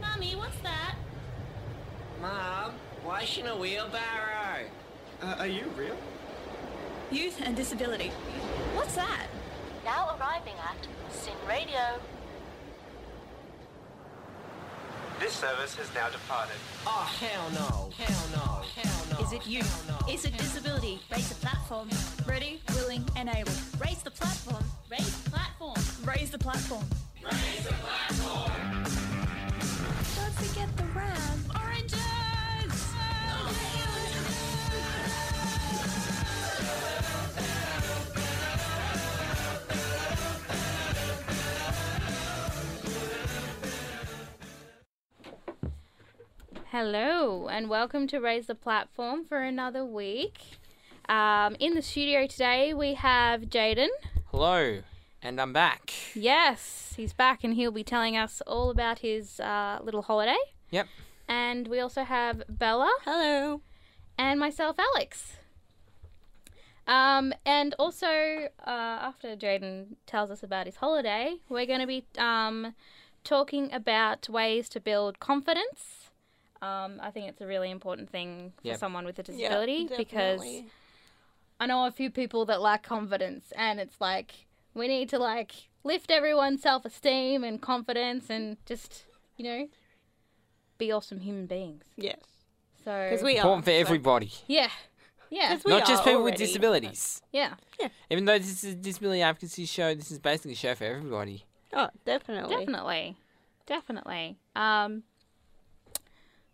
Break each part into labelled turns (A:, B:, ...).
A: Mommy, what's that?
B: Mom, what's in a wheelbarrow?
C: Uh, are you real?
D: Youth and disability. What's that?
E: Now arriving at Sin Radio.
F: This service has now departed.
B: Oh, hell no. Hell no. Hell no.
D: Is it you?
B: Hell no.
D: Is it disability? Raise the platform. Ready, willing, and able. Raise the platform.
A: Raise platform.
D: Raise the platform.
E: Don't forget the RAM.
A: Oranges!
G: Hello, and welcome to Raise the Platform for another week. Um, in the studio today, we have Jaden.
H: Hello, and I'm back.
G: Yes, he's back and he'll be telling us all about his uh, little holiday.
H: Yep.
B: Oh,
G: And we also have Bella.
D: Hello.
G: and myself, Alex. Um, and also, uh, after Jaden tells us about his holiday, we're going to be um, talking about ways to build confidence. Um, I think it's a really important thing for
H: Yep.
G: someone with a disability because
D: definitely.
G: I know a few people that lack confidence, and it's like we need to like lift everyone's self esteem and confidence and just you know be awesome human beings.
I: Yes.
G: So
I: Because we
H: Important
I: are.
H: for everybody,
G: yeah yeah
I: 'Cause we
H: not just
I: are
H: people with
I: already.
H: disabilities.
G: yeah.
H: Even though this is a disability advocacy show, this is basically a show for everybody.
I: Oh, definitely.
G: Definitely. Definitely. Um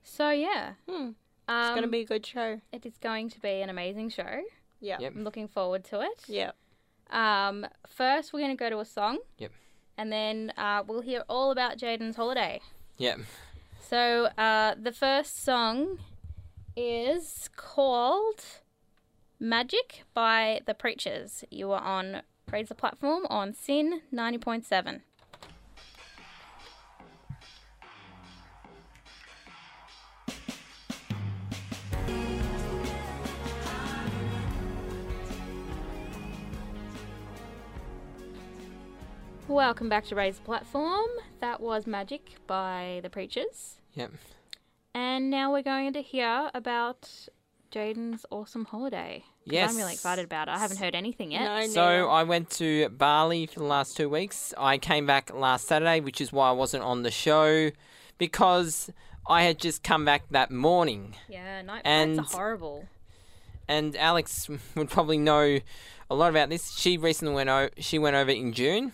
G: so yeah.
I: Hmm.
G: Um,
I: It's going to be a good show.
G: it is going to be an amazing show.
I: Yeah.
H: Yep.
G: I'm looking forward to it.
I: Yeah.
G: Um first we're going to go to a song.
H: Yep.
G: And then uh, we'll hear all about Jaden's holiday.
H: Yep.
G: So uh, the first song is called Magic by the Preachers. You are on Praise the Platform on Sin 90.7. Welcome back to Raise the Platform. That was Magic by the Preachers.
H: Yep.
G: And now we're going to hear about Jaden's awesome holiday. 'Cause
H: Yes.
G: I'm really excited about it. I haven't heard anything yet.
I: No,
H: So uh,
I: neither.
H: I went to Bali for the last two weeks. I came back last Saturday, which is why I wasn't on the show because I had just come back that morning.
G: Yeah, night
H: And-
G: flights are horrible.
H: and Alex would probably know a lot about this. She recently went o- she went over in June,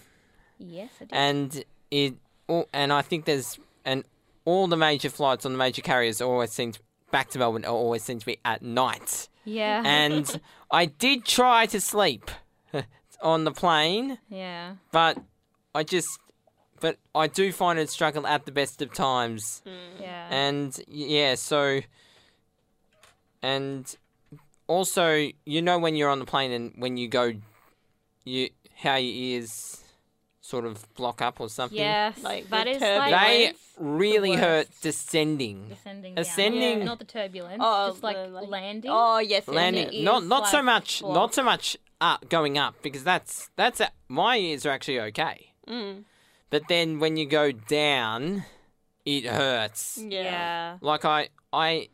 G: Yes, it is.
H: and it all, and I think there's and all the major flights on the major carriers always seem to, back to Melbourne are always seem to be at night.
G: yeah.
H: And I did try to sleep on the plane,
G: yeah.
H: but I just but I do find it struggle at the best of times.
G: Yeah.
H: And yeah, so and also you know when you're on the plane and when you go you how your ears sort of block up or something.
G: yes.
I: Like,
G: that
I: the
G: is
H: They
G: like
H: really
G: the
H: hurt
G: worst.
H: descending.
G: descending.
H: Ascending-
G: Down. Not the turbulence.
I: Oh,
G: just like,
I: the, like-
G: landing.
I: Oh, yes. yes, yes.
H: Landing
G: ears,
H: not not so
G: like,
H: much
G: block.
H: not so much up going up because that's that's a, my ears are actually okay.
I: Mm.
H: But then when you go down it hurts.
I: Yeah.
G: yeah.
H: like I I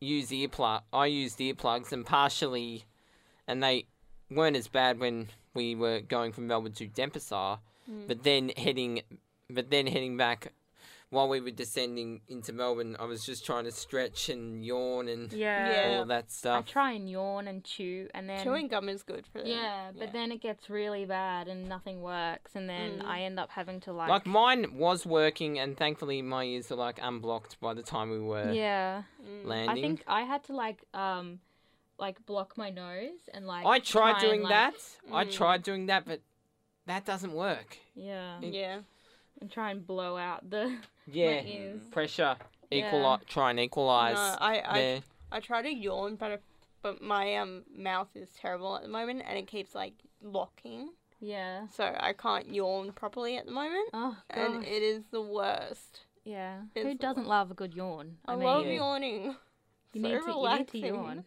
H: use earplug I used earplugs and partially and they weren't as bad when we were going from Melbourne to Dempasar,
G: Hmm.
H: but then heading but then heading back while we were descending into Melbourne, I was just trying to stretch and yawn and
I: Yeah.
H: all that
G: I
H: stuff.
G: try and yawn and chew and then
I: Chewing gum is good for them.
G: Yeah, but then it gets really bad and nothing works, and then
I: Mm.
G: I end up having to like.
H: like mine was working, and thankfully my ears were like unblocked by the time we were
G: yeah,
H: landing.
G: I think I had to like um, like block my nose and like.
H: I tried
G: try and,
H: doing
G: like- hmm.
H: that. I tried doing that, but that doesn't work.
G: Yeah,
I: Yeah.
G: and try and blow out the.
H: Yeah.
G: ears.
H: Pressure. Equal.
G: Yeah.
H: Try and equalize.
I: No, I, I,
H: there.
I: I try to yawn, but, I, but my um, mouth is terrible at the moment and it keeps, like, locking.
G: Yeah.
I: So I can't yawn properly at the moment.
G: Oh
I: And
G: god.
I: it is the worst.
G: Yeah.
I: it's
G: Who
I: the
G: doesn't love a good yawn?
I: I, love
H: Yeah.
I: yawning.
G: you, need to, you
I: so
G: need to
I: relaxing.
G: yawn.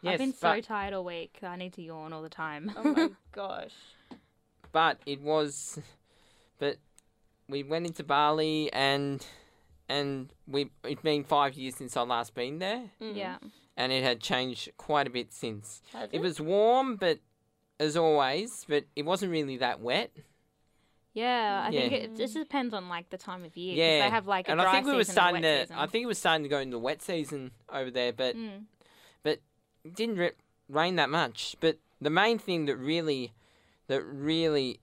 H: Yes,
G: I've been so
H: but,
G: tired all week. I need to yawn all the time.
I: Oh, my gosh.
H: but it was. But we went into Bali and and we it's been five years since I last been there,
G: Yeah.
H: and it had changed quite a bit since.
I: Has
H: It
I: it?
H: was warm, but as always, but it wasn't really that wet.
G: Yeah, I think
H: Yeah.
G: it, it
I: Mm.
G: just depends on like the time of year. 'cause
H: Yeah,
G: they have like a
H: and
G: dry
H: I think we were
G: season and a
H: starting
G: wet
H: to. I
G: season.
H: think it was starting to go into the wet season over there, but
G: Mm.
H: but it didn't re- rain that much. But the main thing that really that really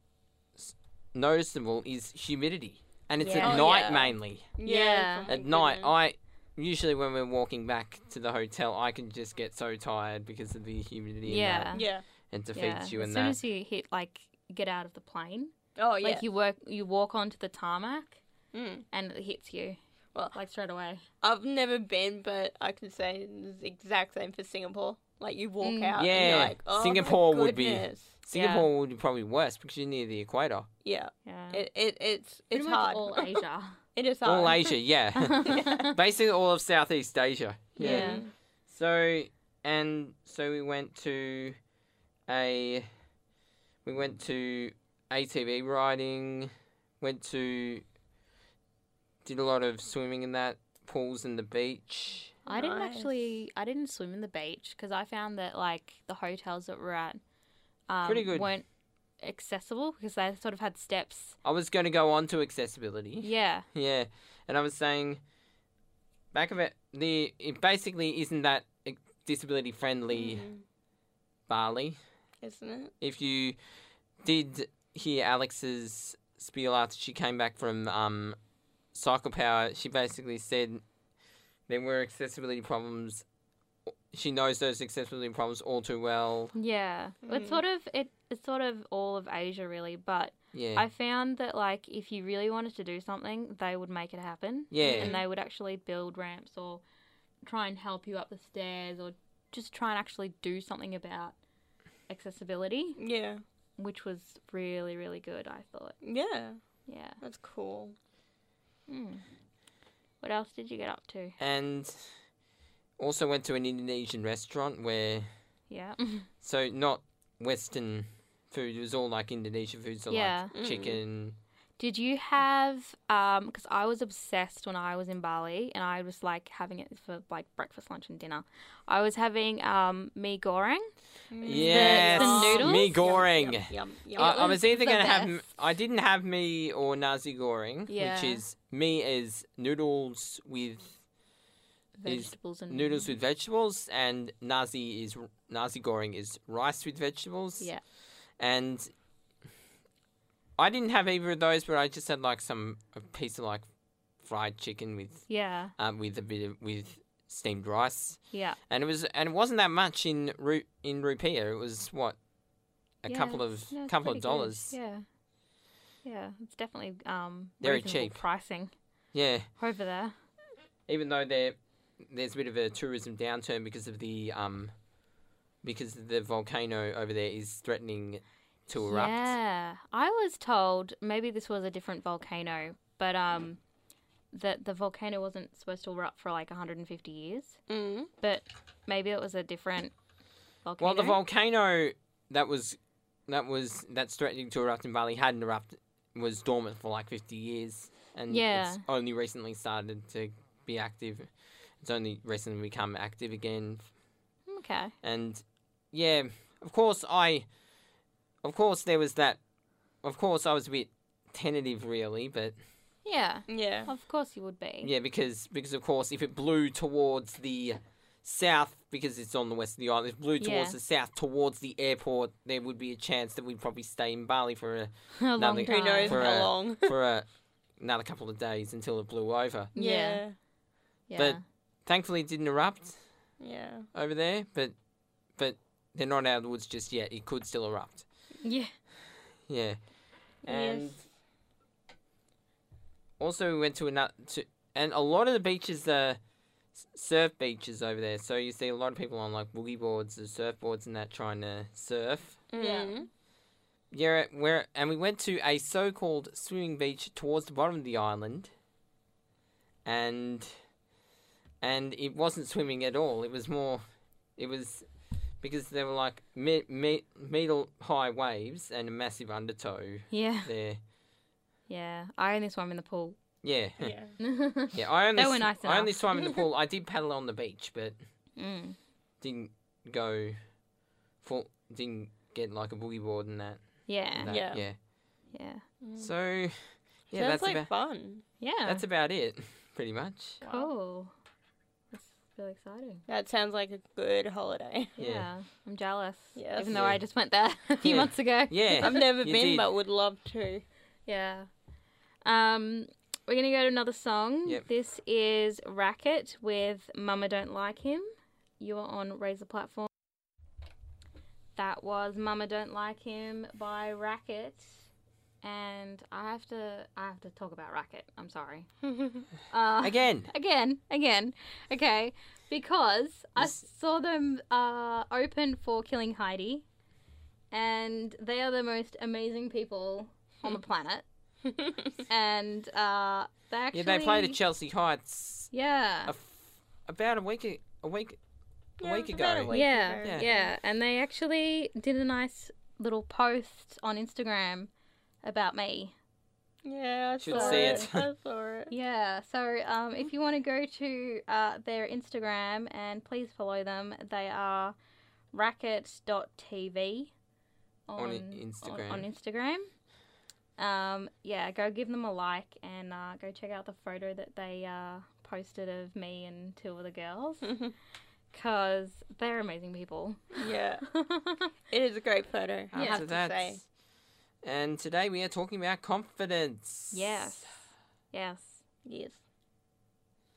H: s- noticeable is humidity, and it's
G: Yeah.
H: at
G: Oh,
H: night
G: yeah.
H: mainly.
G: Yeah.
I: oh my
H: At night,
I: goodness.
H: I usually when we're walking back to the hotel, I can just get so tired because of the humidity. and,
G: Yeah.
H: that,
I: Yeah.
H: and defeats
G: yeah.
H: you
G: as
H: in
G: soon
H: that.
G: as you hit like get out of the plane,
I: Oh yeah.
G: like you work you walk onto the tarmac
I: Mm.
G: and it hits you.
I: Well-
G: like straight away.
I: I've never been, but I can say it's the exact same for Singapore. Like you walk
G: Mm.
I: out, and
H: Yeah,
I: you're like, oh, my
H: Singapore would be-
I: goodness."
H: Singapore would be probably worse because you're near the equator.
I: Yeah,
G: Yeah.
I: it, it it's
G: Pretty
I: it's
G: much
I: hard.
G: all Asia.
I: it is hard.
H: All Asia, yeah. Basically, all of Southeast Asia.
G: yeah.
H: So and so we went to a we went to ATV riding, went to did a lot of swimming in that pools and the beach.
G: I didn't
I: Nice.
G: actually. I didn't swim in the beach because I found that like the hotels that we're at um,
H: Pretty good.
G: weren't accessible because they sort of had steps.
H: I was going to go on to accessibility.
G: Yeah,
H: Yeah, and I was saying, back of it, the it basically isn't that disability friendly
G: Mm-hmm.
H: Bali.
I: Isn't it?
H: If you did hear Alex's spiel after she came back from um, Cycle Power, she basically said there were accessibility problems. She knows those accessibility problems all too well.
G: yeah. It's sort of it. It's sort of all of Asia really, but
H: Yeah.
G: I found that like if you really wanted to do something, they would make it happen.
H: Yeah.
G: and they would actually build ramps or try and help you up the stairs or just try and actually do something about accessibility,
I: Yeah,
G: which was really really good. I thought.
I: yeah.
G: Yeah.
I: That's cool.
G: What else did you get up to?
H: And also went to an Indonesian restaurant where
G: Yeah.
H: Mm-hmm. So not Western food. It was all like Indonesian food, so
G: Yeah.
H: like chicken.
G: Did you have um because I was obsessed when I was in Bali and I was like having it for like breakfast, lunch and dinner. I was having um mee goreng.
H: Yes,
G: Mm. the noodles?
H: mee
G: Yum,
H: goreng.
I: Yum, yum, yum.
H: I, I was either
G: the
H: gonna have. m-
G: best.
H: I didn't have me or nasi goreng,
G: Yeah.
H: which is me is noodles with Is
G: Vegetables and
H: noodles with vegetables, and nasi is nasi goreng is rice with vegetables.
G: Yeah.
H: and I didn't have either of those, but I just had like some a piece of like fried chicken with
G: Yeah.
H: um, with a bit of with steamed rice.
G: Yeah.
H: and it was and it wasn't that much in ru- in rupiah. It was what a
G: Yeah,
H: couple of
G: it's- no, it's
H: couple
G: pretty
H: of
G: good.
H: dollars.
G: Yeah. Yeah. It's definitely um
H: Very
G: reasonable
H: cheap.
G: pricing
H: Yeah.
G: over there.
H: even though there there's a bit of a tourism downturn because of the um because the volcano over there is threatening to erupt.
G: Yeah. I was told maybe this was a different volcano, but um that the volcano wasn't supposed to erupt for like 150 years.
I: Mm.
G: but maybe it was a different volcano.
H: Well, the volcano that was that was that's threatening to erupt in Bali hadn't erupted was dormant for like 50 years and
G: Yeah.
H: it's only recently started to be active. It's only recently become active again
G: okay.
H: and yeah, of course I, of course there was that, of course I was a bit tentative really, but
G: Yeah,
I: Yeah.
G: of course you would be.
H: yeah, because because of course if it blew towards the south because it's on the west of the island, if it blew towards
G: Yeah.
H: the south towards the airport, there would be a chance that we'd probably stay in Bali for a,
G: a long
H: Nothing.
G: time.
I: Who knows
H: For
I: how
H: a-
I: long?
H: for a, another couple of days until it blew over.
I: Yeah.
G: Yeah.
H: But thankfully it didn't erupt
I: Yeah.
H: over there, but but they're not out of the woods just yet. It could still erupt.
G: yeah.
H: Yeah. And also we went to another to, and a lot of the beaches are s- surf beaches over there. So you see a lot of people on like boogie boards or surfboards and that trying to surf.
I: Mm.
H: Yeah, where and we went to a so-called swimming beach towards the bottom of the island. And and it wasn't swimming at all. It was more it was because there were like me, me, middle high waves and a massive undertow
G: Yeah.
H: there.
G: Yeah. I only swam in the pool Mm.
H: Yeah. Yeah.
I: Yeah.
H: I only
G: They were
H: s-
G: nice
H: I only
G: enough.
H: swam in the pool. I did paddle on the beach, but
G: Mm.
H: didn't go for didn't get like a boogie board and that.
G: Yeah.
H: that,
I: Uh, Yeah. Mm.
H: Yeah.
G: Yeah.
H: So yeah,
I: Sounds
H: that's
I: like
H: about
I: fun.
G: Yeah.
H: that's about it, pretty much.
G: cool. Oh. That's really exciting.
I: That sounds like a good holiday.
G: Yeah.
H: Yeah.
G: I'm jealous.
I: Yes.
G: Even though
H: Yeah.
G: I just went there a few
H: Yeah.
G: months ago.
H: Yeah.
I: I've never
H: you
I: been,
H: did.
I: but would love to.
G: Yeah. Um, we're gonna go to another song.
H: Yep.
G: This is Racket with Mama Don't Like Him. You are on Razor Platform. That was Mama Don't Like Him by Racket. And I have to I have to talk about Racket. I'm sorry. uh,
H: Again.
G: again, again. Okay. Because I
H: This-
G: saw them uh, open for Killing Heidi, and they are the most amazing people on the
H: Hmm.
G: planet. and uh, they actually.
H: Yeah, they played at Chelsea Heights
G: Yeah.
H: a f- about a week a, a week a
I: Yeah,
H: week
I: it was about
H: ago.
I: a week.
G: yeah,
H: ago.
G: yeah,
H: Yeah.
G: And they actually did a nice little post on Instagram about me.
I: Yeah, I
H: Should
I: saw
H: see
I: it.
H: it.
I: I saw it.
G: Yeah. So um, if you want to go to uh, their Instagram and please follow them, they are racket.tv
H: On i-
G: On,
H: Instagram.
G: on Instagram. Um, yeah, go give them a like and uh, go check out the photo that they uh, posted of me and two of the girls because they're amazing people.
I: Yeah, it is a great photo. I
H: After
I: have to say.
H: that's- And today we are talking about confidence.
G: Yes. Yes.
I: Yes.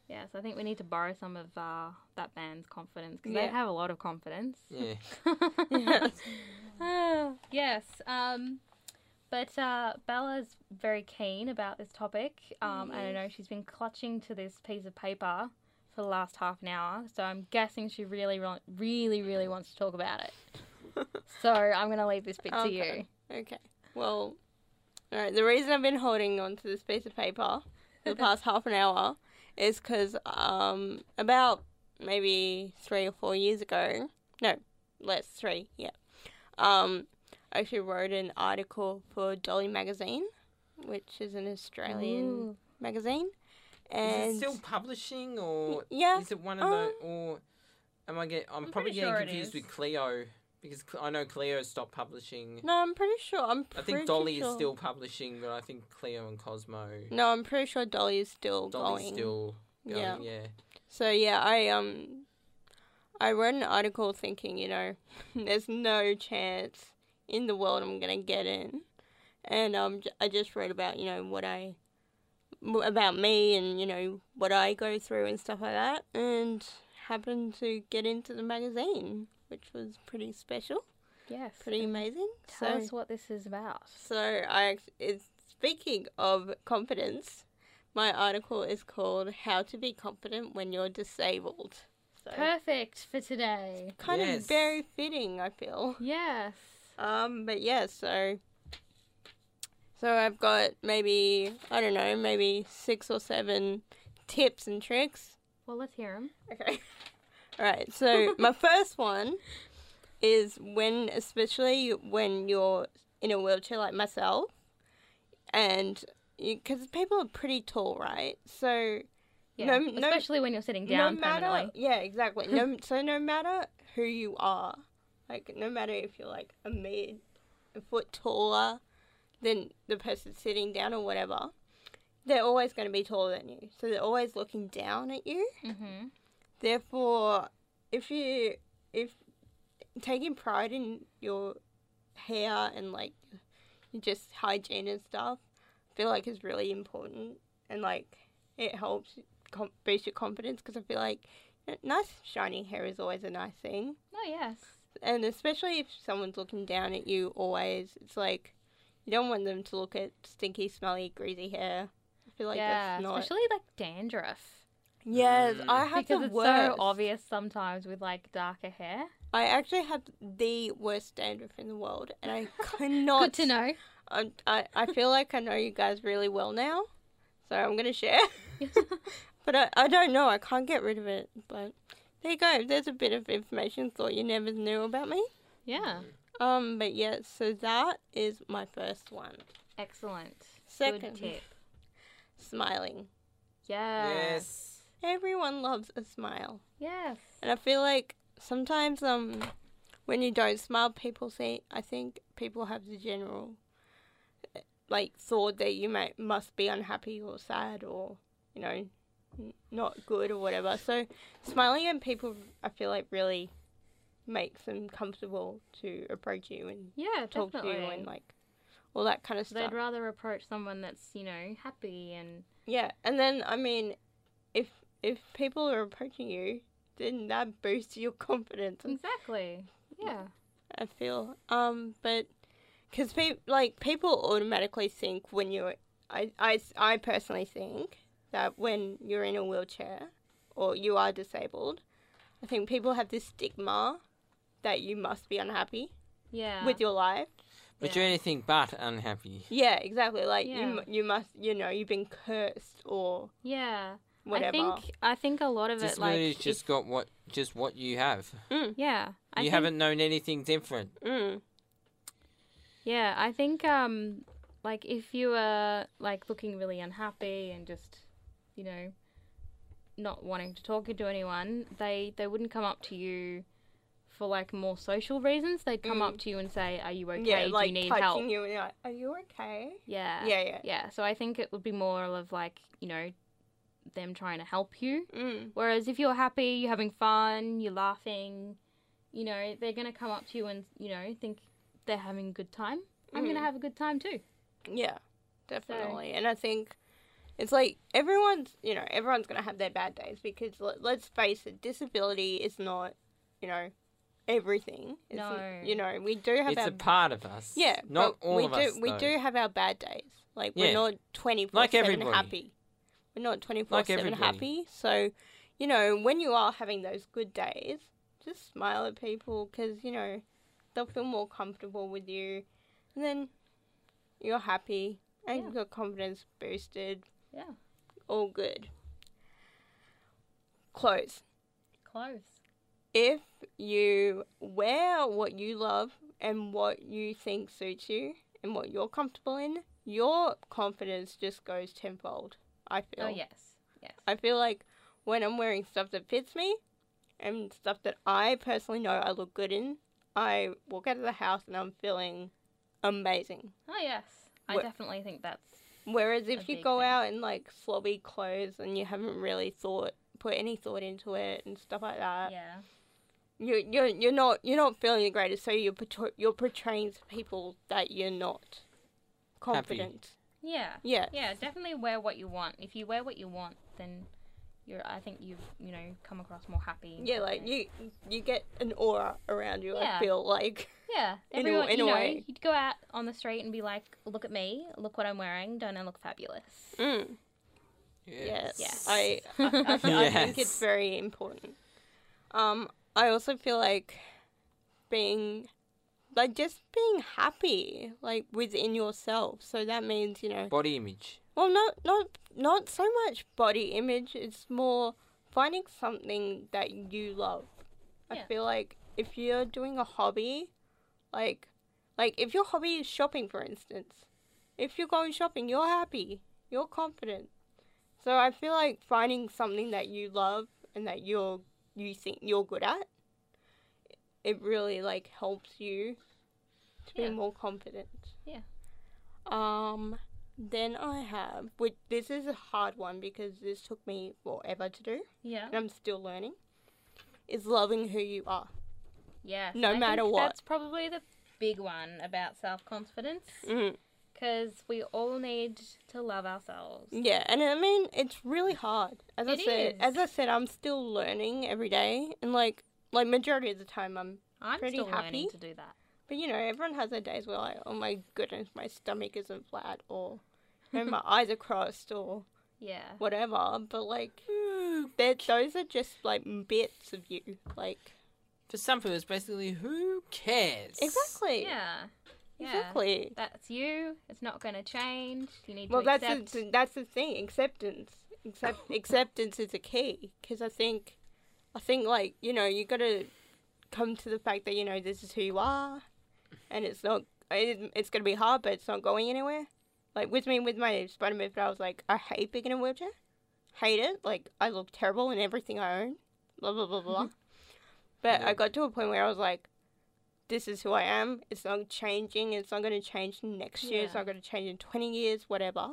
G: Yes. I think we need to borrow some of uh, that band's confidence because
I: Yeah.
G: they have a lot of confidence.
H: Yeah.
G: Ah, yes. Um, but uh, Bella's very keen about this topic. Um, and I know she's been clutching to this piece of paper for the last half an hour. So I'm guessing she really, ro- really, really wants to talk about it. so I'm going to leave this bit to you.
I: Okay. Okay. Well, all right. The reason I've been holding on to this piece of paper for the past half an hour is because um, about maybe three or four years ago, no, less three, yeah. Um, I actually wrote an article for Dolly Magazine, which is an Australian
G: Ooh.
I: magazine, and
H: Is it still publishing or
I: yeah,
H: is it one of
I: um,
H: the or am I get I'm,
A: I'm
H: probably
A: pretty
H: getting
A: sure it is.
H: confused with Cleo because Cle- I know Cleo stopped publishing.
I: no, I'm pretty sure. I'm
H: I
I: pretty
H: think Dolly
I: sure.
H: is still publishing, but I think Cleo and Cosmo
I: No, I'm pretty sure Dolly is still
H: Dolly's
I: going.
H: still going.
I: Yeah.
H: Yeah.
I: So yeah, I um, I wrote an article thinking, you know, there's no chance in the world I'm gonna get in, and um, j- I just wrote about you know what I, m- about me and you know what I go through and stuff like that, and happened to get into the magazine, which was pretty special,
G: Yes.
I: pretty amazing.
G: Tell
I: so
G: us what this is about.
I: so I act- it's, speaking of confidence, my article is called "How to Be Confident When You're Disabled." So
G: Perfect for today.
I: kind of
H: Yes.
I: very fitting, I feel.
G: Yes.
I: Um, but yeah, so so I've got maybe I don't know, maybe six or seven tips and tricks.
G: Well, let's hear them.
I: Okay. All right. So my first one is when, especially when you're in a wheelchair like myself, and because people are pretty tall, right? So
G: Yeah.
I: No- no-
G: Especially when you're sitting down
I: no matter,
G: permanently.
I: yeah, exactly. No, so no matter who you are, like no matter if you're like a mid, a foot taller than the person sitting down or whatever, they're always going to be taller than you. So they're always looking down at you.
G: Mm-hmm.
I: Therefore, if you if taking pride in your hair and like your just hygiene and stuff, I feel like is really important and like it helps com- boost your confidence because I feel like n- nice shiny hair is always a nice thing,
G: Oh, yes.
I: and especially if someone's looking down at you always, it's like you don't want them to look at stinky, smelly, greasy hair. I feel like
G: yeah.
I: that's not.
G: Especially like dandruff.
I: yes, I have
G: because
I: the
G: it's so
I: worst.
G: obvious sometimes with like darker hair.
I: I actually have the worst dandruff in the world, and I cannot.
G: Good to know.
I: I'm, I I feel like I know you guys really well now, so I'm gonna share. but I, I don't know. I can't get rid of it. But there you go. There's a bit of information thought you never knew about me.
G: Yeah,
H: Mm.
I: Um, but yeah. So that is my first one.
G: excellent.
I: Second.
G: Good tip.
I: smiling.
G: Yeah.
H: Yes.
I: Everyone loves a smile.
G: Yes.
I: And I feel like sometimes um when you don't smile people say I think people have the general eh, like thought that you might must be unhappy or sad or you know n- not good or whatever. So smiling at people I feel like really makes them comfortable to approach you and
G: Yeah,
I: talk
G: definitely.
I: to you and like all that kind of stuff.
G: They'd rather approach someone that's, you know, happy and
I: Yeah, and then I mean, if if people are approaching you, then that boosts your confidence. and
G: Exactly. Yeah.
I: I feel um, but because pe- like people automatically think when you're, I, I I personally think that when you're in a wheelchair or you are disabled, I think people have this stigma that you must be unhappy
G: Yeah.
I: with your life.
H: But
G: Yeah.
H: you're anything but unhappy.
I: Yeah, exactly. Like you
G: Yeah.
I: you you must you know you've been cursed or
G: yeah.
I: whatever.
G: I think I think a lot of it like
H: Disability's
G: if-
H: just got what just what you have.
G: yeah. I
H: you
G: think-
H: haven't known anything different.
I: Mm.
G: Yeah, I think um like if you were like looking really unhappy and just, you know, not wanting to talk to anyone, they they wouldn't come up to you for like more social reasons. They'd come up to you and say, "Are you okay?
I: Mm. yeah,
G: Do
I: like
G: you need
I: touching
G: help?"
I: you, and you're like, are you okay?
G: Yeah.
I: Yeah, yeah.
G: Yeah. So I think it would be more of like, you know, them trying to help you.
I: Mm.
G: Whereas if you're happy, you're having fun, you're laughing, you know, they're going to come up to you and, you know, think they're having a good time. I'm
I: Mm.
G: going to have a good time too.
I: Yeah, definitely. And I think it's like everyone's, you know, everyone's going to have their bad days because let, let's face it, disability is not, you know, everything. It's,
G: No.
I: You know, we do have
H: It's
I: our.
H: a part of us.
I: yeah,
H: Not
I: but
H: all
I: we
H: of
I: do,
H: us.
I: We
H: though.
I: do have our bad days. Like,
H: Yeah.
I: we're not 24 7
H: everybody.
I: happy. We're not 24 7
H: everybody.
I: happy. So, you know, when you are having those good days, just smile at people because, you know, they'll feel more comfortable with you. And then you're happy and
G: Yeah.
I: your confidence boosted.
G: Yeah.
I: All good. Close.
G: Close.
I: If you wear what you love and what you think suits you and what you're comfortable in, your confidence just goes tenfold. I feel.
G: Oh, yes. Yes.
I: I feel like when I'm wearing stuff that fits me and stuff that I personally know I look good in, I walk out of the house and I'm feeling amazing.
G: Oh, yes. I
I: Wh-
G: definitely think that's.
I: Whereas if
G: a
I: you
G: big
I: go
G: thing.
I: out in like slobby clothes and you haven't really thought put any thought into it and stuff like that,
G: Yeah.
I: you you're you're not you're not feeling your greatest. So you're portray- you're portraying to people that you're not confident.
G: Yeah.
I: Yeah.
G: Yeah, definitely wear what you want. If you wear what you want, then you're. I think you've, you know, come across more happy. and
I: Yeah, like
G: confident.
I: you you get an aura around you.
G: Yeah.
I: I feel like
G: Yeah,
I: In a-
G: everyone,
I: in
G: you
I: a
G: know,
I: way.
G: you'd go out on the street and be like, "Look at me! Look what I'm wearing! Don't I look fabulous?"
I: Yes.
G: Yes.
I: I, I, I, th- I think
H: Yes.
I: it's very important. Um, I also feel like being, like just being happy, like within yourself. So that means, you know,
H: Body image.
I: well, not, not, not so much body image. It's more finding something that you love. I
G: Yeah.
I: feel like if you're doing a hobby, like, like if your hobby is shopping, for instance, if you're going shopping, you're happy, you're confident. So I feel like finding something that you love and that you're you think you're good at, it really like helps you to
G: Yeah.
I: be more confident.
G: Yeah.
I: Um. Then I have, which this is a hard one because this took me forever to do,
G: Yeah.
I: and I'm still learning. Is loving who you are.
G: Yes.
I: No
G: I
I: matter
G: think
I: what.
G: That's probably the big one about self-confidence
I: Mm.
G: because we all need to love ourselves.
I: Yeah, and I mean it's really hard. As
G: It
I: I said,
G: is.
I: as I said, I'm still learning every day, and like like majority of the time I'm.
G: I'm
I: Pretty
G: still
I: happy.
G: learning to do that.
I: But you know, everyone has their days where like, oh my goodness, my stomach isn't flat, or you know, my eyes are crossed, or
G: Yeah.
I: whatever. But like, that those are just like bits of you. Like
H: For some people, it's basically who cares?
I: exactly,
G: Yeah. Yeah.
I: exactly.
G: That's you. It's not going to change. You need
I: Well,
G: to
I: that's
G: accept.
I: the, that's the thing. Acceptance, accept acceptance is a key because I think, I think like you know you gotta come to the fact that you know this is who you are, and it's not it, it's gonna be hard, but it's not going anywhere. Like with me with my Spider Man, but I was like, I hate being in a wheelchair. Hate it. Like I look terrible in everything I own. Blah blah blah
G: Mm-hmm.
I: blah. but I got to a point where I was like, this is who I am. It's not changing. It's not going to change next year. It's
G: Yeah.
I: not going to change in twenty years. Whatever.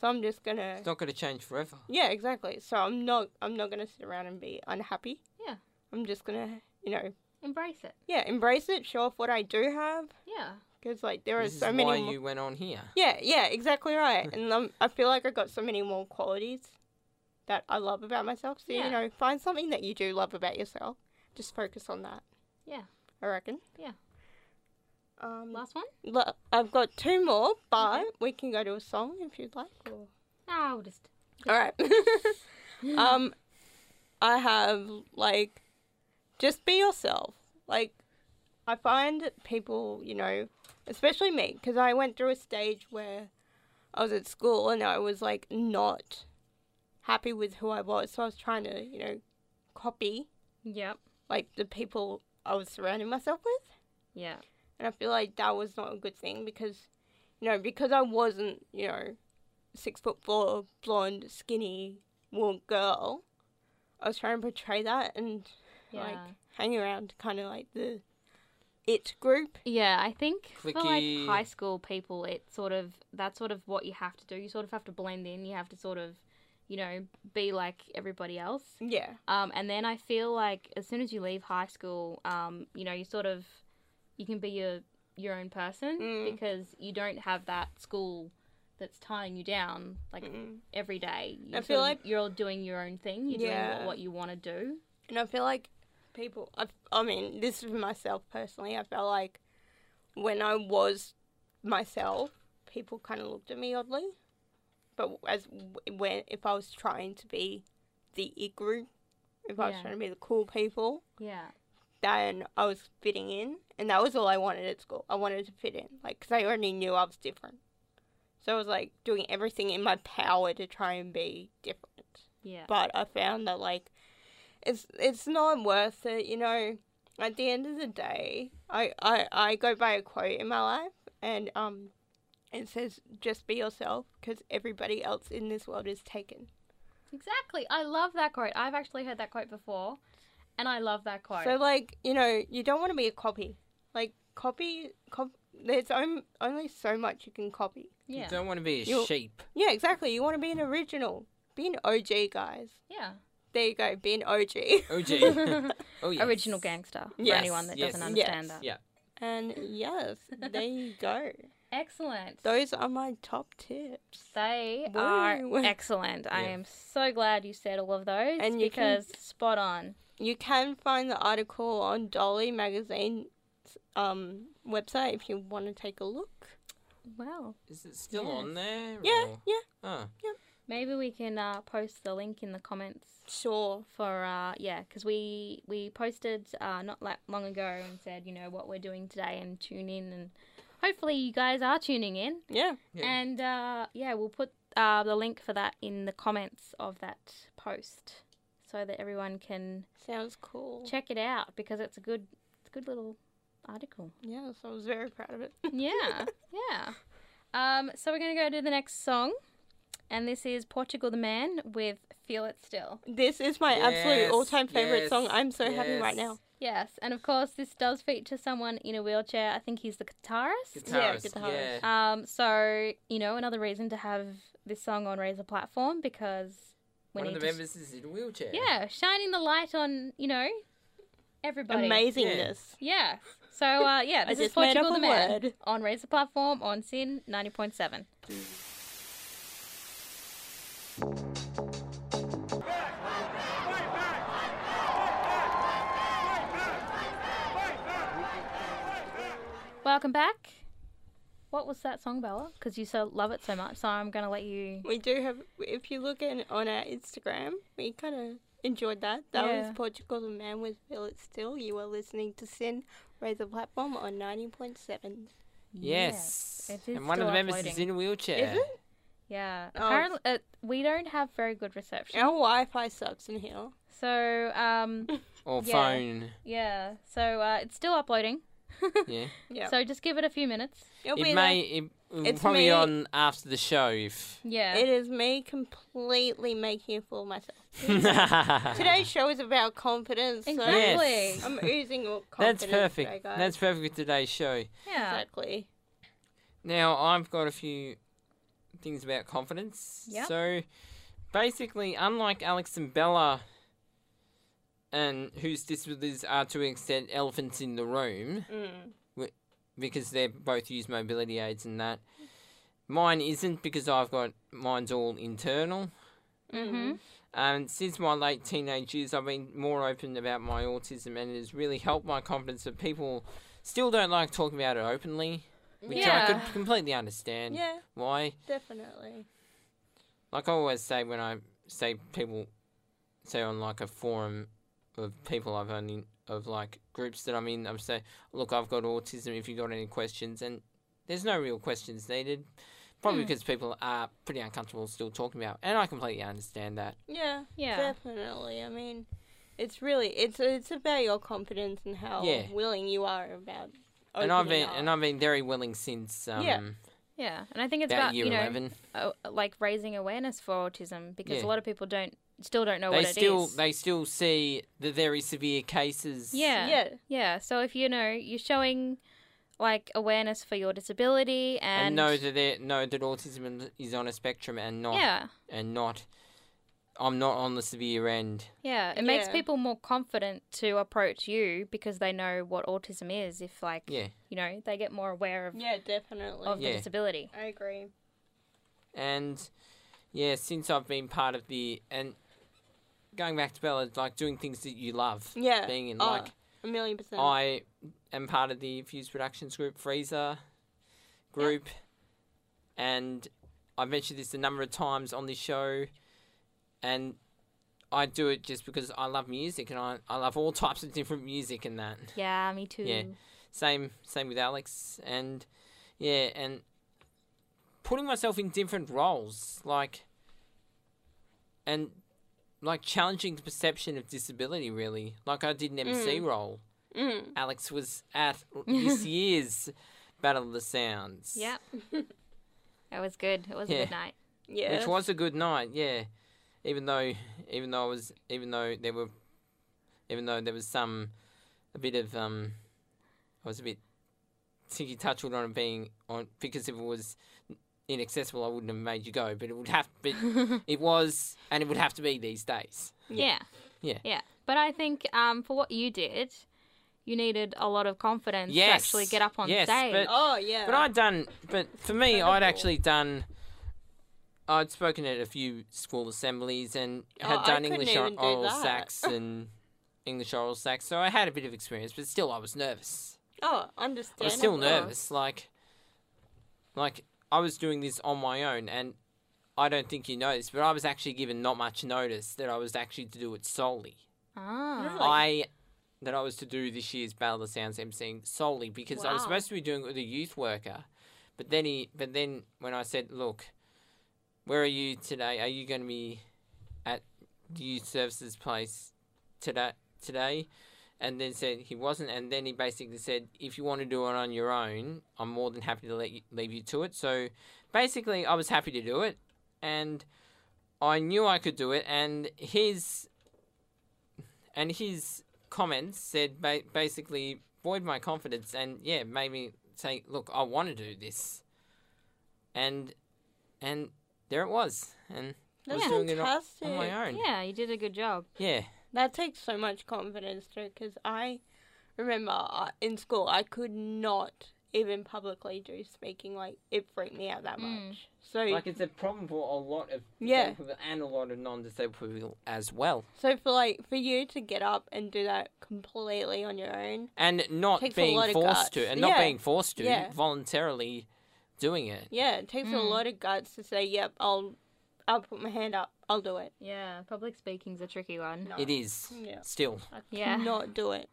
I: So I'm just gonna.
H: It's not going to change forever.
I: Yeah, exactly. So I'm not. I'm not gonna sit around and be unhappy.
G: Yeah.
I: I'm just gonna, you know,
G: Embrace it.
I: yeah, embrace it. Show off what I do have.
G: Yeah.
I: Because like there are
H: This
I: so
H: is
I: many.
H: why
I: mo-
H: you went on here.
I: Yeah, yeah, exactly right. and um, I feel like I got so many more qualities that I love about myself. So
G: Yeah.
I: you know, find something that you do love about yourself. Just focus on that.
G: Yeah.
I: I reckon.
G: Yeah.
I: Um,
G: Last one?
I: lo- I've got two more, but we can go to a song if you'd like. Or...
G: No, we'll just.
I: All right. um, I have like, just be yourself. Like, I find people, you know, especially me, because I went through a stage where I was at school and I was like not happy with who I was, so I was trying to, you know, copy
G: Yep.
I: like the people I was surrounding myself with.
G: Yeah.
I: And I feel like that was not a good thing because, you know, because I wasn't, you know, six foot four, blonde, skinny, warm girl, I was trying to portray that and, like,
G: Yeah.
I: hang around kind of like the it group.
G: Yeah, I think for
H: Clicky.
G: like high school people, it sort of that's sort of what you have to do. You sort of have to blend in. You have to sort of, you know, be like everybody else.
I: Yeah.
G: Um, and then I feel like as soon as you leave high school, um, you know, you sort of you can be your your own person
I: Mm.
G: because you don't have that school that's tying you down like
I: Mm.
G: every day. You
I: I
G: sort
I: feel
G: of-
I: like-
G: you're all doing your own thing. You're doing
I: Yeah.
G: what, what you want to do.
I: And I feel like people, I, I mean, this is myself personally. I felt like when I was myself, people kind of looked at me oddly. But as when if I was trying to be the it group, if I was
G: Yeah.
I: trying to be the cool people,
G: Yeah.
I: then I was fitting in, and that was all I wanted at school. I wanted to fit in, like, because I already knew I was different. So I was like doing everything in my power to try and be different
G: Yeah.
I: but I found that like it's it's not worth it, you know. At the end of the day, I, I, I go by a quote in my life, and um, it says, "Just be yourself, because everybody else in this world is taken."
G: Exactly. I love that quote. I've actually heard that quote before, and I love that quote.
I: So, like, you know, you don't want to be a copy. Like, copy, cop- There's on- only so much you can copy.
G: yeah.
H: You don't want to be a
I: You'll-
H: sheep.
I: Yeah, exactly. You want to be an original. Be an OG, guys.
G: Yeah.
I: There you go. Be an OG.
H: OG. oh, yes.
G: Original gangster
I: Yes,
G: for anyone that
H: yes,
G: doesn't understand
I: yes.
G: that.
H: Yeah.
I: and yes, there you go.
G: Excellent.
I: Those are my top tips.
G: They are
I: Woo.
G: excellent. I
H: Yeah.
G: am so glad you said all of those
I: And you can-
G: because spot on.
I: You can find the article on Dolly Magazine's um, website if you want to take a look.
G: Wow.
H: Is it still
G: Yes.
H: on there?
I: Yeah,
H: or-
I: yeah,
H: Oh.
G: Maybe we can uh, post the link in the comments
I: sure.
G: for uh, yeah, because we we posted uh, not that long ago and said you know what we're doing today and tune in and hopefully you guys are tuning in
I: Yeah,
H: Yeah.
G: and uh, yeah we'll put uh, the link for that in the comments of that post so that everyone can
I: sounds cool.
G: check it out because it's a good it's a good little article.
I: Yes, I was very proud of it.
G: Yeah, yeah. Um, so we're gonna go to the next song, and this is Portugal the Man with "Feel It Still."
I: This is my absolute
H: Yes,
I: all time favorite
H: yes,
I: song. I'm so happy right now.
H: yes.
G: Yes, and of course this does feature someone in a wheelchair. I think he's the guitarist.
I: Yeah,
H: Guitarist. Yeah.
I: guitarist.
G: Um, so you know another reason to have this song on Razor platform because we
H: One of
G: need
H: the
G: to-
H: members is in a wheelchair.
G: yeah, shining the light on you know everybody.
I: Amazingness.
G: Yeah. So uh, yeah,
I: I
G: this is
I: just made up
G: Portugal the
I: a
G: Man
I: word.
G: on Razor platform on Sin ninety point seven. Welcome back. What was that song, Bella? Because you so love it so much, so I'm gonna let you.
I: We do have, if you look in, on our Instagram, we kind of enjoyed that. That
G: Yeah.
I: was Portugal the Man with Phil It Still. You are listening to Sin Razor Platform on 90.7.
H: Yes.
G: Yes, it is
H: and one of
G: still
H: the members is
G: uploading.
H: in a wheelchair.
I: Is it?
G: Yeah.
I: Oh.
G: Apparently, uh, we don't have very good reception.
I: Our Wi Fi sucks in here.
G: So, um,
H: Or
G: Yeah.
H: phone.
G: yeah. So uh, it's still uploading.
H: Yeah.
I: Yeah.
G: So just give it a few minutes.
I: It'll
H: it
I: be
H: may. It, We'll
I: It's
H: probably
I: me.
H: on after the show. If
G: Yeah.
I: It is me completely making a fool of myself.
H: that's
I: Today's show is about confidence,
G: exactly.
H: Ah. Yes.
I: so I'm oozing all confidence.
H: perfect.
I: today, guys.
H: That's perfect with today's show.
G: Yeah.
I: exactly.
H: Now I've got a few things about confidence.
G: Yep.
H: So basically, unlike Alex and Bella, and whose disabilities are to an extent elephants in the room,
G: Mm.
H: wi- because they both use mobility aids and that. Mine isn't because I've got mine's all internal.
G: Mm-hmm.
H: And since my late teenage years, I've been more open about my autism, and it has really helped my confidence. But people still don't like talking about it openly, which I
G: Yeah.
H: could completely understand.
I: Yeah,
H: Why?
I: definitely.
H: Like I always say when I say people say on like a forum of people I've only of like groups that I'm in, I'm say, look, I've got autism. If you got any questions, and there's no real questions needed, probably
G: Hmm.
H: because people are pretty uncomfortable still talking about, it, and I completely understand that.
I: Yeah,
G: Yeah.
I: definitely. I mean, it's really it's it's about your confidence and how
H: Yeah.
I: willing you are about.
H: and I've
I: opening
H: been
I: up.
H: and I've been very willing since um,
I: Yeah.
G: Yeah. And I think it's
H: about,
G: about,
H: year
G: you know,
H: eleven.
G: uh, like raising awareness for autism because
H: Yeah.
G: a lot of people don't still don't know
H: They
G: what it is.
H: still they still see the very severe cases.
G: yeah.
I: yeah,
G: Yeah. So if you know you're showing like awareness for your disability and,
H: And, know that they know that autism is on a spectrum and not
G: yeah,
H: and not I'm not on the severe end.
G: yeah, it makes
I: Yeah.
G: people more confident to approach you because they know what autism is. If like
H: Yeah.
G: you know they get more aware of
I: yeah, definitely.
G: of
H: Yeah.
G: the disability.
I: I agree.
H: And yeah, since I've been part of the and going back to Bella, it's like doing things that you love.
I: Yeah,
H: Being in
I: oh,
H: like
I: a million percent.
H: I am part of the Fuse Productions group, Freezer group, and I've mentioned this a number of times on this show, and I do it just because I love music and I, I love all types of different music and that.
G: Yeah, me too.
H: Yeah. Same same with Alex and yeah, and putting myself in different roles, like and like challenging the perception of disability really. Like I did an MC role.
I: Mm.
H: Alex was at this year's Battle of the Sounds.
G: Yep. that was good. It was
H: Yeah.
G: a good night.
I: Yeah,
H: Which was a good night, yeah. Even though even though I was even though there were even though there was some a bit of um I was a bit tinky touched on it being on because if it was inaccessible I wouldn't have made you go, but it would have but it was and it would have to be these days.
G: Yeah.
H: Yeah.
G: Yeah. But I think um, for what you did, you needed a lot of confidence to
H: Yes.
G: actually get up on
H: Yes,
G: stage.
H: but-
I: oh yeah,
H: But I'd done. But for me, I'd
I: Incredible.
H: actually done. I'd spoken at a few school assemblies and had
I: Oh, I
H: done
I: couldn't
H: English
I: even
H: or-
I: do
H: oral
I: that.
H: sax and English oral sax, so I had a bit of experience. But still, I was nervous.
I: oh
H: I
I: understand.
H: was still
G: course.
I: uh-huh.
H: nervous. Like, like I was doing this on my own, and I don't think you know this, but I was actually given not much notice that I was actually to do it solely.
G: ah.
H: I that I was to do this year's Battle of the Sounds emceeing solely because I was
G: Wow.
H: supposed to be doing it with a youth worker, but then he but then when I said, "Look, where are you today? Are you going to be at the youth services place today?" today and then said he wasn't and then he basically said if you want to do it on your own i'm more than happy to let you, leave you to it so basically i was happy to do it and i knew i could do it and his and his comments said ba- basically buoyed my confidence and yeah made me say look i want to do this and and there it was and I
I: That's
H: was doing it on,
I: fantastic.
H: on my own
G: Yeah, you did a good job.
H: yeah
I: That takes so much confidence too, because I remember I- in school I could not even publicly do speaking. Like it freaked me out that
G: Mm.
I: much. So
H: like it's a problem for a lot of
I: Yeah.
H: disabled people and a lot of non-disabled people as well,
I: so for like for you to get up and do that completely on your own,
H: and not
I: Takes a
H: being
I: lot of
H: forced
I: guts.
H: to, and not
I: Yeah.
H: being forced to,
I: Yeah.
H: voluntarily doing it.
I: yeah, it takes a
G: Mm.
I: lot of guts to say, "Yep, I'll, I'll put my hand up, I'll do it."
G: Yeah, public speaking's a tricky one.
I: No.
H: It is
I: Yeah.
H: still,
I: I
G: Yeah.
I: could not do it.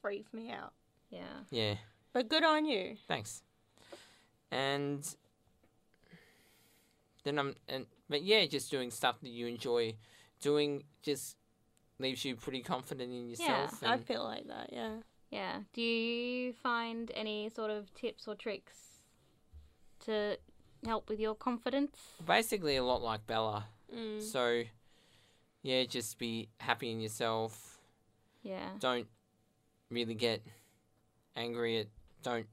I: Freaks me out.
G: Yeah.
H: yeah.
I: But good on you.
H: Thanks. And then I'm, and but yeah, just doing stuff that you enjoy doing just leaves you pretty confident in yourself.
I: I
H: and-
I: feel like that. Yeah.
G: Yeah. Do you find any sort of tips or tricks to help with your confidence.
H: Basically, a lot like Bella.
I: Mm.
H: So, yeah, just be happy in yourself.
G: Yeah.
H: Don't really get angry at. Don't.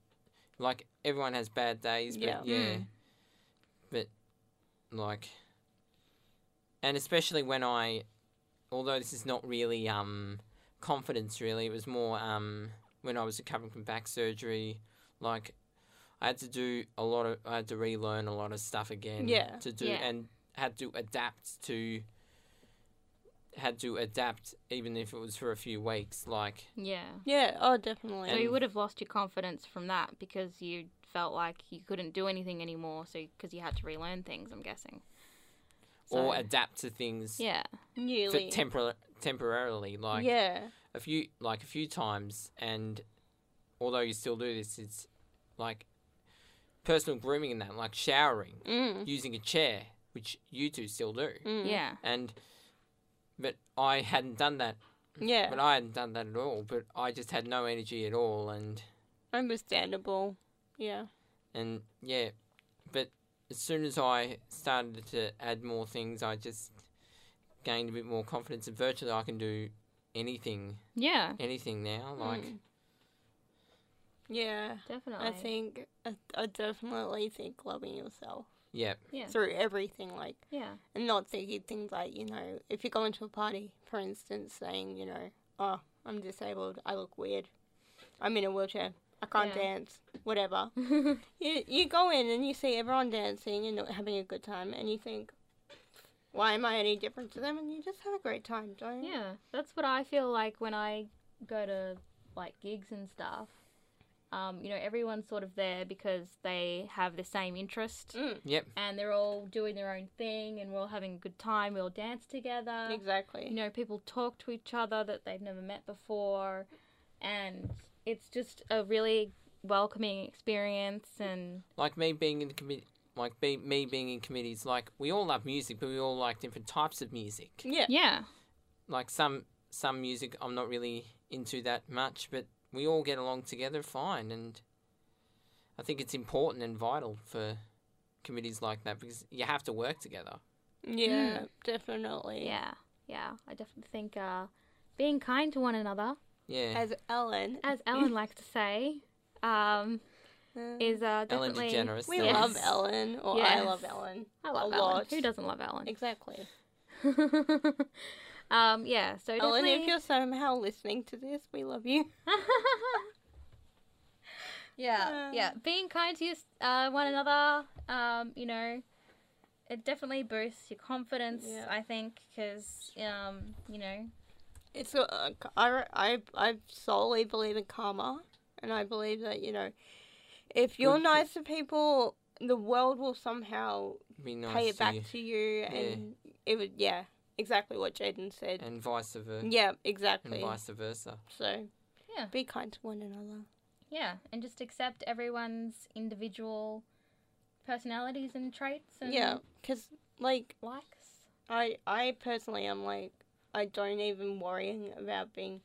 H: Like, everyone has bad days, but
I: Yeah. Mm.
H: yeah. But, like. And especially when I. Although this is not really um, confidence, really, it was more um, when I was recovering from back surgery. Like, I had to do a lot of. I had to relearn a lot of stuff again.
I: Yeah.
H: To do.
G: Yeah.
H: And had to adapt to. Had to adapt, even if it was for a few weeks. Like,
G: Yeah.
I: Yeah. Oh, definitely.
G: So you
H: And-
G: would have lost your confidence from that because you felt like you couldn't do anything anymore. So because you had to relearn things, I'm guessing.
H: or
G: So-
H: adapt to things
G: Yeah.
H: for
I: Yearly.
H: tempor- temporarily, like
I: yeah.
H: a few, like a few times. And although you still do this, it's like personal grooming and that, like showering,
I: Mm.
H: using a chair, which you two still do.
I: Mm.
G: Yeah.
H: And but I hadn't done that.
I: Yeah.
H: But I hadn't done that at all. But I just had no energy at all, and
I: Understandable. Yeah.
H: and yeah. But as soon as I started to add more things, I just gained a bit more confidence, and virtually I can do anything,
G: Yeah.
H: anything now. Like
I: Mm. Yeah.
G: Definitely.
I: I think I, I definitely think loving yourself
H: yeah,
G: Yeah.
I: through everything, like,
G: Yeah.
I: and not thinking things like you know, if you're going to a party, for instance, saying you know, oh, I'm disabled, I look weird, I'm in a wheelchair, I can't
G: Yeah.
I: dance, whatever. you you go in and you see everyone dancing and not having a good time, and you think, why am I any different to them? And you just have a great time, don't you?
G: Yeah, that's what I feel like when I go to like gigs and stuff. Um, you know, everyone's sort of there because they have the same interest
I: Mm.
H: yep,
G: and they're all doing their own thing and we're all having a good time, we all dance together.
I: Exactly.
G: You know, people talk to each other that they've never met before and it's just a really welcoming experience and
H: like me being in the committee. Like be, me being in committees, like we all love music, but we all like different types of music.
I: Yeah.
G: yeah.
H: Like some some music I'm not really into that much, but we all get along together fine, and I think it's important and vital for committees like that because you have to work together.
I: Yeah, definitely.
G: Mm. Yeah. Yeah. I definitely think uh being kind to one another
H: Yeah,
I: As Ellen,
G: as Ellen likes to say, um, is uh,
H: Ellen
G: definitely.
H: DeGeneres.
I: we
H: does.
I: love Ellen, or I
G: Yes.
I: love Ellen.
G: I love
I: a
G: Ellen.
I: lot.
G: Who doesn't love Ellen?
I: Exactly.
G: um, yeah. So
I: Ellen,
G: definitely.
I: if you're somehow listening to this, we love you.
G: yeah, yeah. Being kind to your, uh, one another, um, you know, it definitely boosts your confidence.
I: Yeah.
G: I think because um, you know,
I: It's uh, I, I I solely believe in karma, and I believe that you know, if you're
H: Good.
I: nice to people, the world will somehow
H: be nice
I: pay it
H: to
I: back
H: you,
I: to you, and it would yeah, exactly what Jaden said.
H: and vice versa,
I: yeah,
H: and
I: exactly.
H: vice versa.
I: So
G: Yeah.
I: be kind to one another.
G: yeah, and just accept everyone's individual personalities and traits and
I: Yeah, because like
G: likes.
I: I I personally am like I don't even worrying about being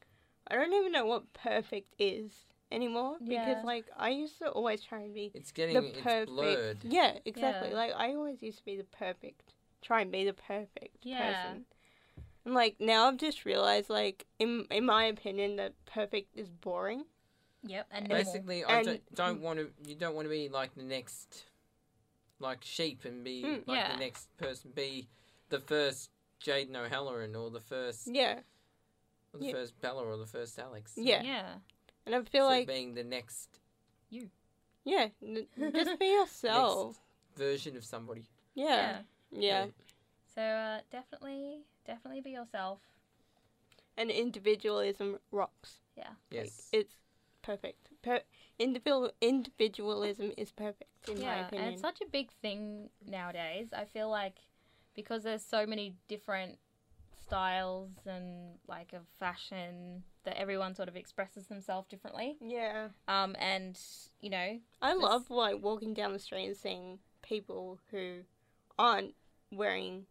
I: I don't even know what perfect is anymore
G: Yeah.
I: because like I used to always try and be
H: It's getting
I: the
H: it's blurred.
I: perfect. Yeah, exactly.
G: Yeah.
I: Like I always used to be the perfect try and be the perfect
G: Yeah.
I: person. And like now I've just realized like in in my opinion that perfect is boring.
G: Yep, and normal.
H: Basically, I
I: And- mm.
H: don't, don't want to. You don't want to be like the next, like sheep, and be
I: Mm.
H: like
G: Yeah.
H: the next person. Be the first Jaden O'Halloran, or the first,
I: Yeah.
H: or the
I: yeah.
H: first Bella, or the first Alex.
I: Yeah.
G: yeah.
I: And I feel
H: So
I: like
H: being the next
I: yeah, n- just be yourself.
H: version of somebody.
I: Yeah. yeah.
G: So uh, definitely, definitely be yourself.
I: And individualism rocks. Like,
H: Yes.
I: it's perfect. Per- individual individualism is perfect in my
G: yeah,
I: opinion.
G: and it's such a big thing nowadays. I feel like because there's so many different styles and like of fashion that everyone sort of expresses themselves differently.
I: yeah,
G: Um, and you know,
I: I
G: This-
I: love like walking down the street and seeing people who aren't wearing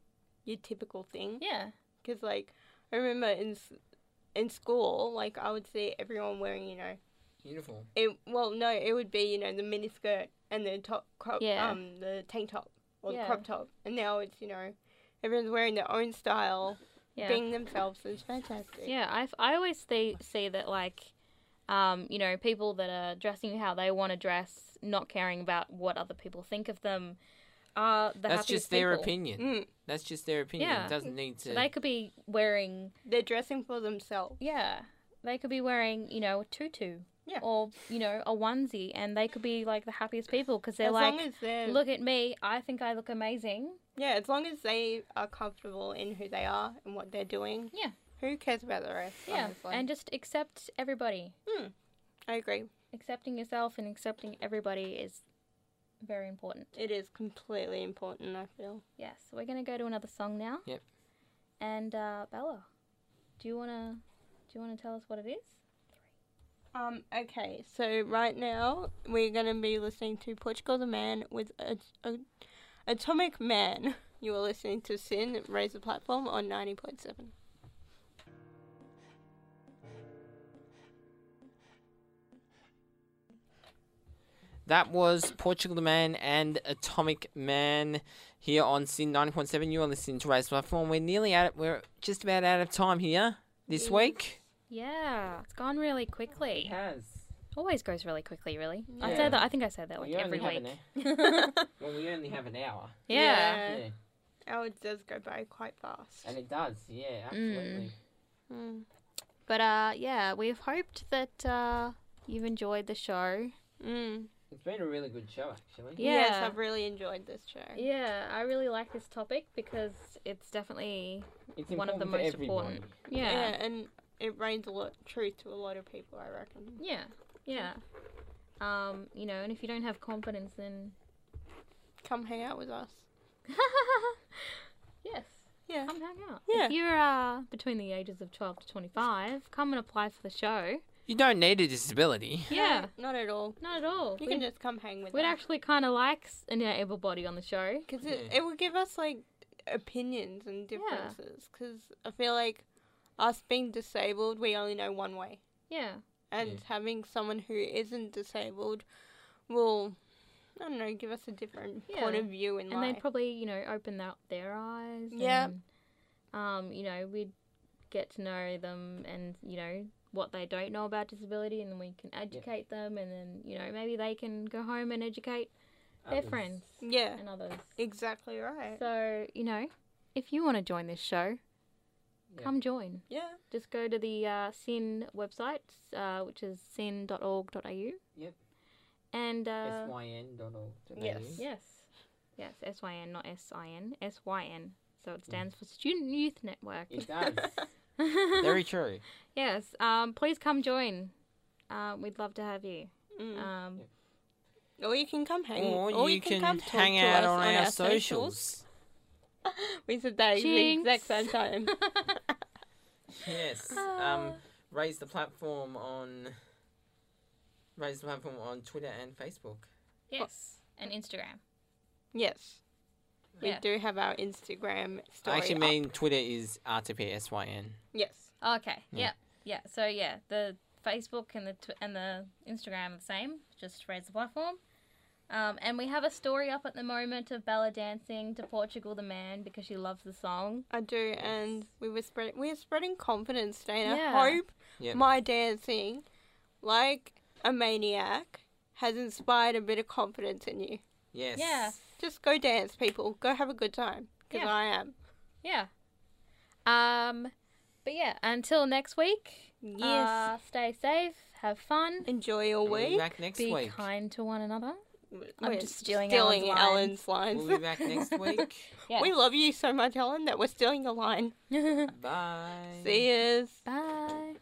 I: your typical thing.
G: yeah,
I: Because like I remember in s- in school, like I would see everyone wearing you know
H: Uniform.
I: it. Well, no, it would be you know the miniskirt and the top crop,
G: Yeah.
I: um, the tank top or
G: Yeah.
I: the crop top, and now it's you know everyone's wearing their own style,
G: Yeah.
I: being themselves is fantastic.
G: Yeah, I, f- I always see, see that, like, um, you know, people that are dressing how they want to dress, not caring about what other people think of them, are the
H: That's
G: happiest
H: just their
G: people.
H: opinion.
I: Mm.
H: That's just their opinion.
G: Yeah.
H: It doesn't need to.
G: So they could be wearing,
I: They're dressing for themselves.
G: yeah, they could be wearing, you know, a tutu.
I: Yeah.
G: Or, you know, a onesie, and they could be, like, the happiest people because they're
I: as
G: like,
I: long as they're
G: look at me, I think I look amazing.
I: yeah, as long as they are comfortable in who they are and what they're doing.
G: Yeah.
I: Who cares about the rest?
G: Yeah.
I: honestly?
G: And just accept everybody.
I: I agree.
G: Accepting yourself and accepting everybody is very important.
I: It is completely important. I feel.
G: Yes, we're gonna go to another song now.
H: Yep.
G: And uh, Bella, do you wanna do you wanna tell us what it is?
I: Um, okay, so right now we're going to be listening to Portugal the Man with a, a, Atomic Man. You are listening to Sin Raise the Platform on 90.7.
H: That was Portugal the Man and Atomic Man here on Sin 90.7. You are listening to Race Platform. We're nearly at it. We're just about out of time here this week.
G: Yeah, it's gone really quickly.
B: has.
G: Always goes really quickly, really. I
H: Yeah.
G: say that. I think I say that like
B: we only
G: every
B: have
G: week.
B: An, well, we only have an hour.
G: Yeah.
I: Yeah.
B: Yeah.
I: Ours does go by quite fast.
B: And it does. Yeah, absolutely.
I: Mm.
G: But uh, yeah, we've hoped that uh, you've enjoyed the show.
I: Mm.
B: It's been a really good show, actually.
I: Yes,
G: Yeah.
I: I've really enjoyed this show.
G: Yeah, I really like this topic because it's definitely
B: It's
G: One of the
B: important for
G: most
B: everybody.
G: important. yeah,
I: and it rains a lot truth to a lot of people, I reckon.
G: yeah, yeah. Um, you know, and if you don't have confidence, then
I: Come hang out with us.
G: yes,
I: Yeah.
G: come hang out.
I: Yeah.
G: If you're uh, between the ages of 12 to 25, come and apply for the show.
H: You don't need a disability.
G: Yeah,
I: Not at all.
G: not at all.
I: You
G: we'd,
I: can just come hang with
G: we'd
I: us.
G: actually kind of like s- an able body on the show.
I: because it, it will give us like opinions and differences because i feel like us being disabled we only know one way
G: Yeah,
I: and
H: Yeah.
I: having someone who isn't disabled will i don't know give us a different point
G: Yeah.
I: of view in
G: and
I: life
G: they'd probably you know open up their eyes.
I: Yeah.
G: and, um, you know we'd get to know them and you know what they don't know about disability, and then we can educate them, and then you know maybe they can go home and educate their
B: Others.
G: friends
I: yeah
G: and others.
I: exactly right
G: So, you know, if you want to join this show,
B: Yeah.
G: come join.
I: yeah
G: Just go to the uh, SIN website, uh, which is sin.org.au.
B: Yep.
G: And, uh,
B: S-Y-N dot org. dot au.
I: Yes.
G: yes. Yes, S-Y-N, not S-I-N. S-Y-N. So it stands for Student Youth Network.
B: It does.
H: Very true.
G: yes. Um, please come join. Uh, we'd love to have you.
I: Mm.
G: Um,
I: or you can come hang
H: Or, you, can,
I: come talk
H: hang
I: to
H: out
I: us
H: on, our, socials.
I: we said that at the
G: Jinx.
I: exact same time
H: Yes. Um, raise the platform on. Raise the platform on Twitter and Facebook.
G: yes. And Instagram.
I: yes
G: Yeah.
I: we do have our instagram story
H: I actually
I: up.
H: mean Twitter is RTPSYN.
I: yes
G: Okay. Yep. Yeah. So yeah, the Facebook and the tw- and the Instagram are the same. Just raise the platform. Um, and we have a story up at the moment of Bella dancing to Portugal the Man because she loves the song.
I: I do, and we were spreading we're spreading confidence today, and
G: Yeah.
I: I hope
H: Yeah.
I: my dancing, like a maniac, has inspired a bit of confidence in you.
H: Yes.
G: Yeah.
I: Just go dance, people. Go have a good time, because
G: Yeah.
I: I am.
G: Yeah. Um, but yeah, until next week.
I: Yes.
G: uh, stay safe. Have fun.
I: Enjoy your
H: We'll be
I: week.
H: back next
G: Be
H: week.
G: kind to one another.
I: We're
G: just stealing Ellen's
I: Ellen's lines.
H: We'll be back next week.
G: Yeah.
I: We love you so much, Ellen, that we're stealing your line.
H: Bye.
I: See yous.
G: Bye.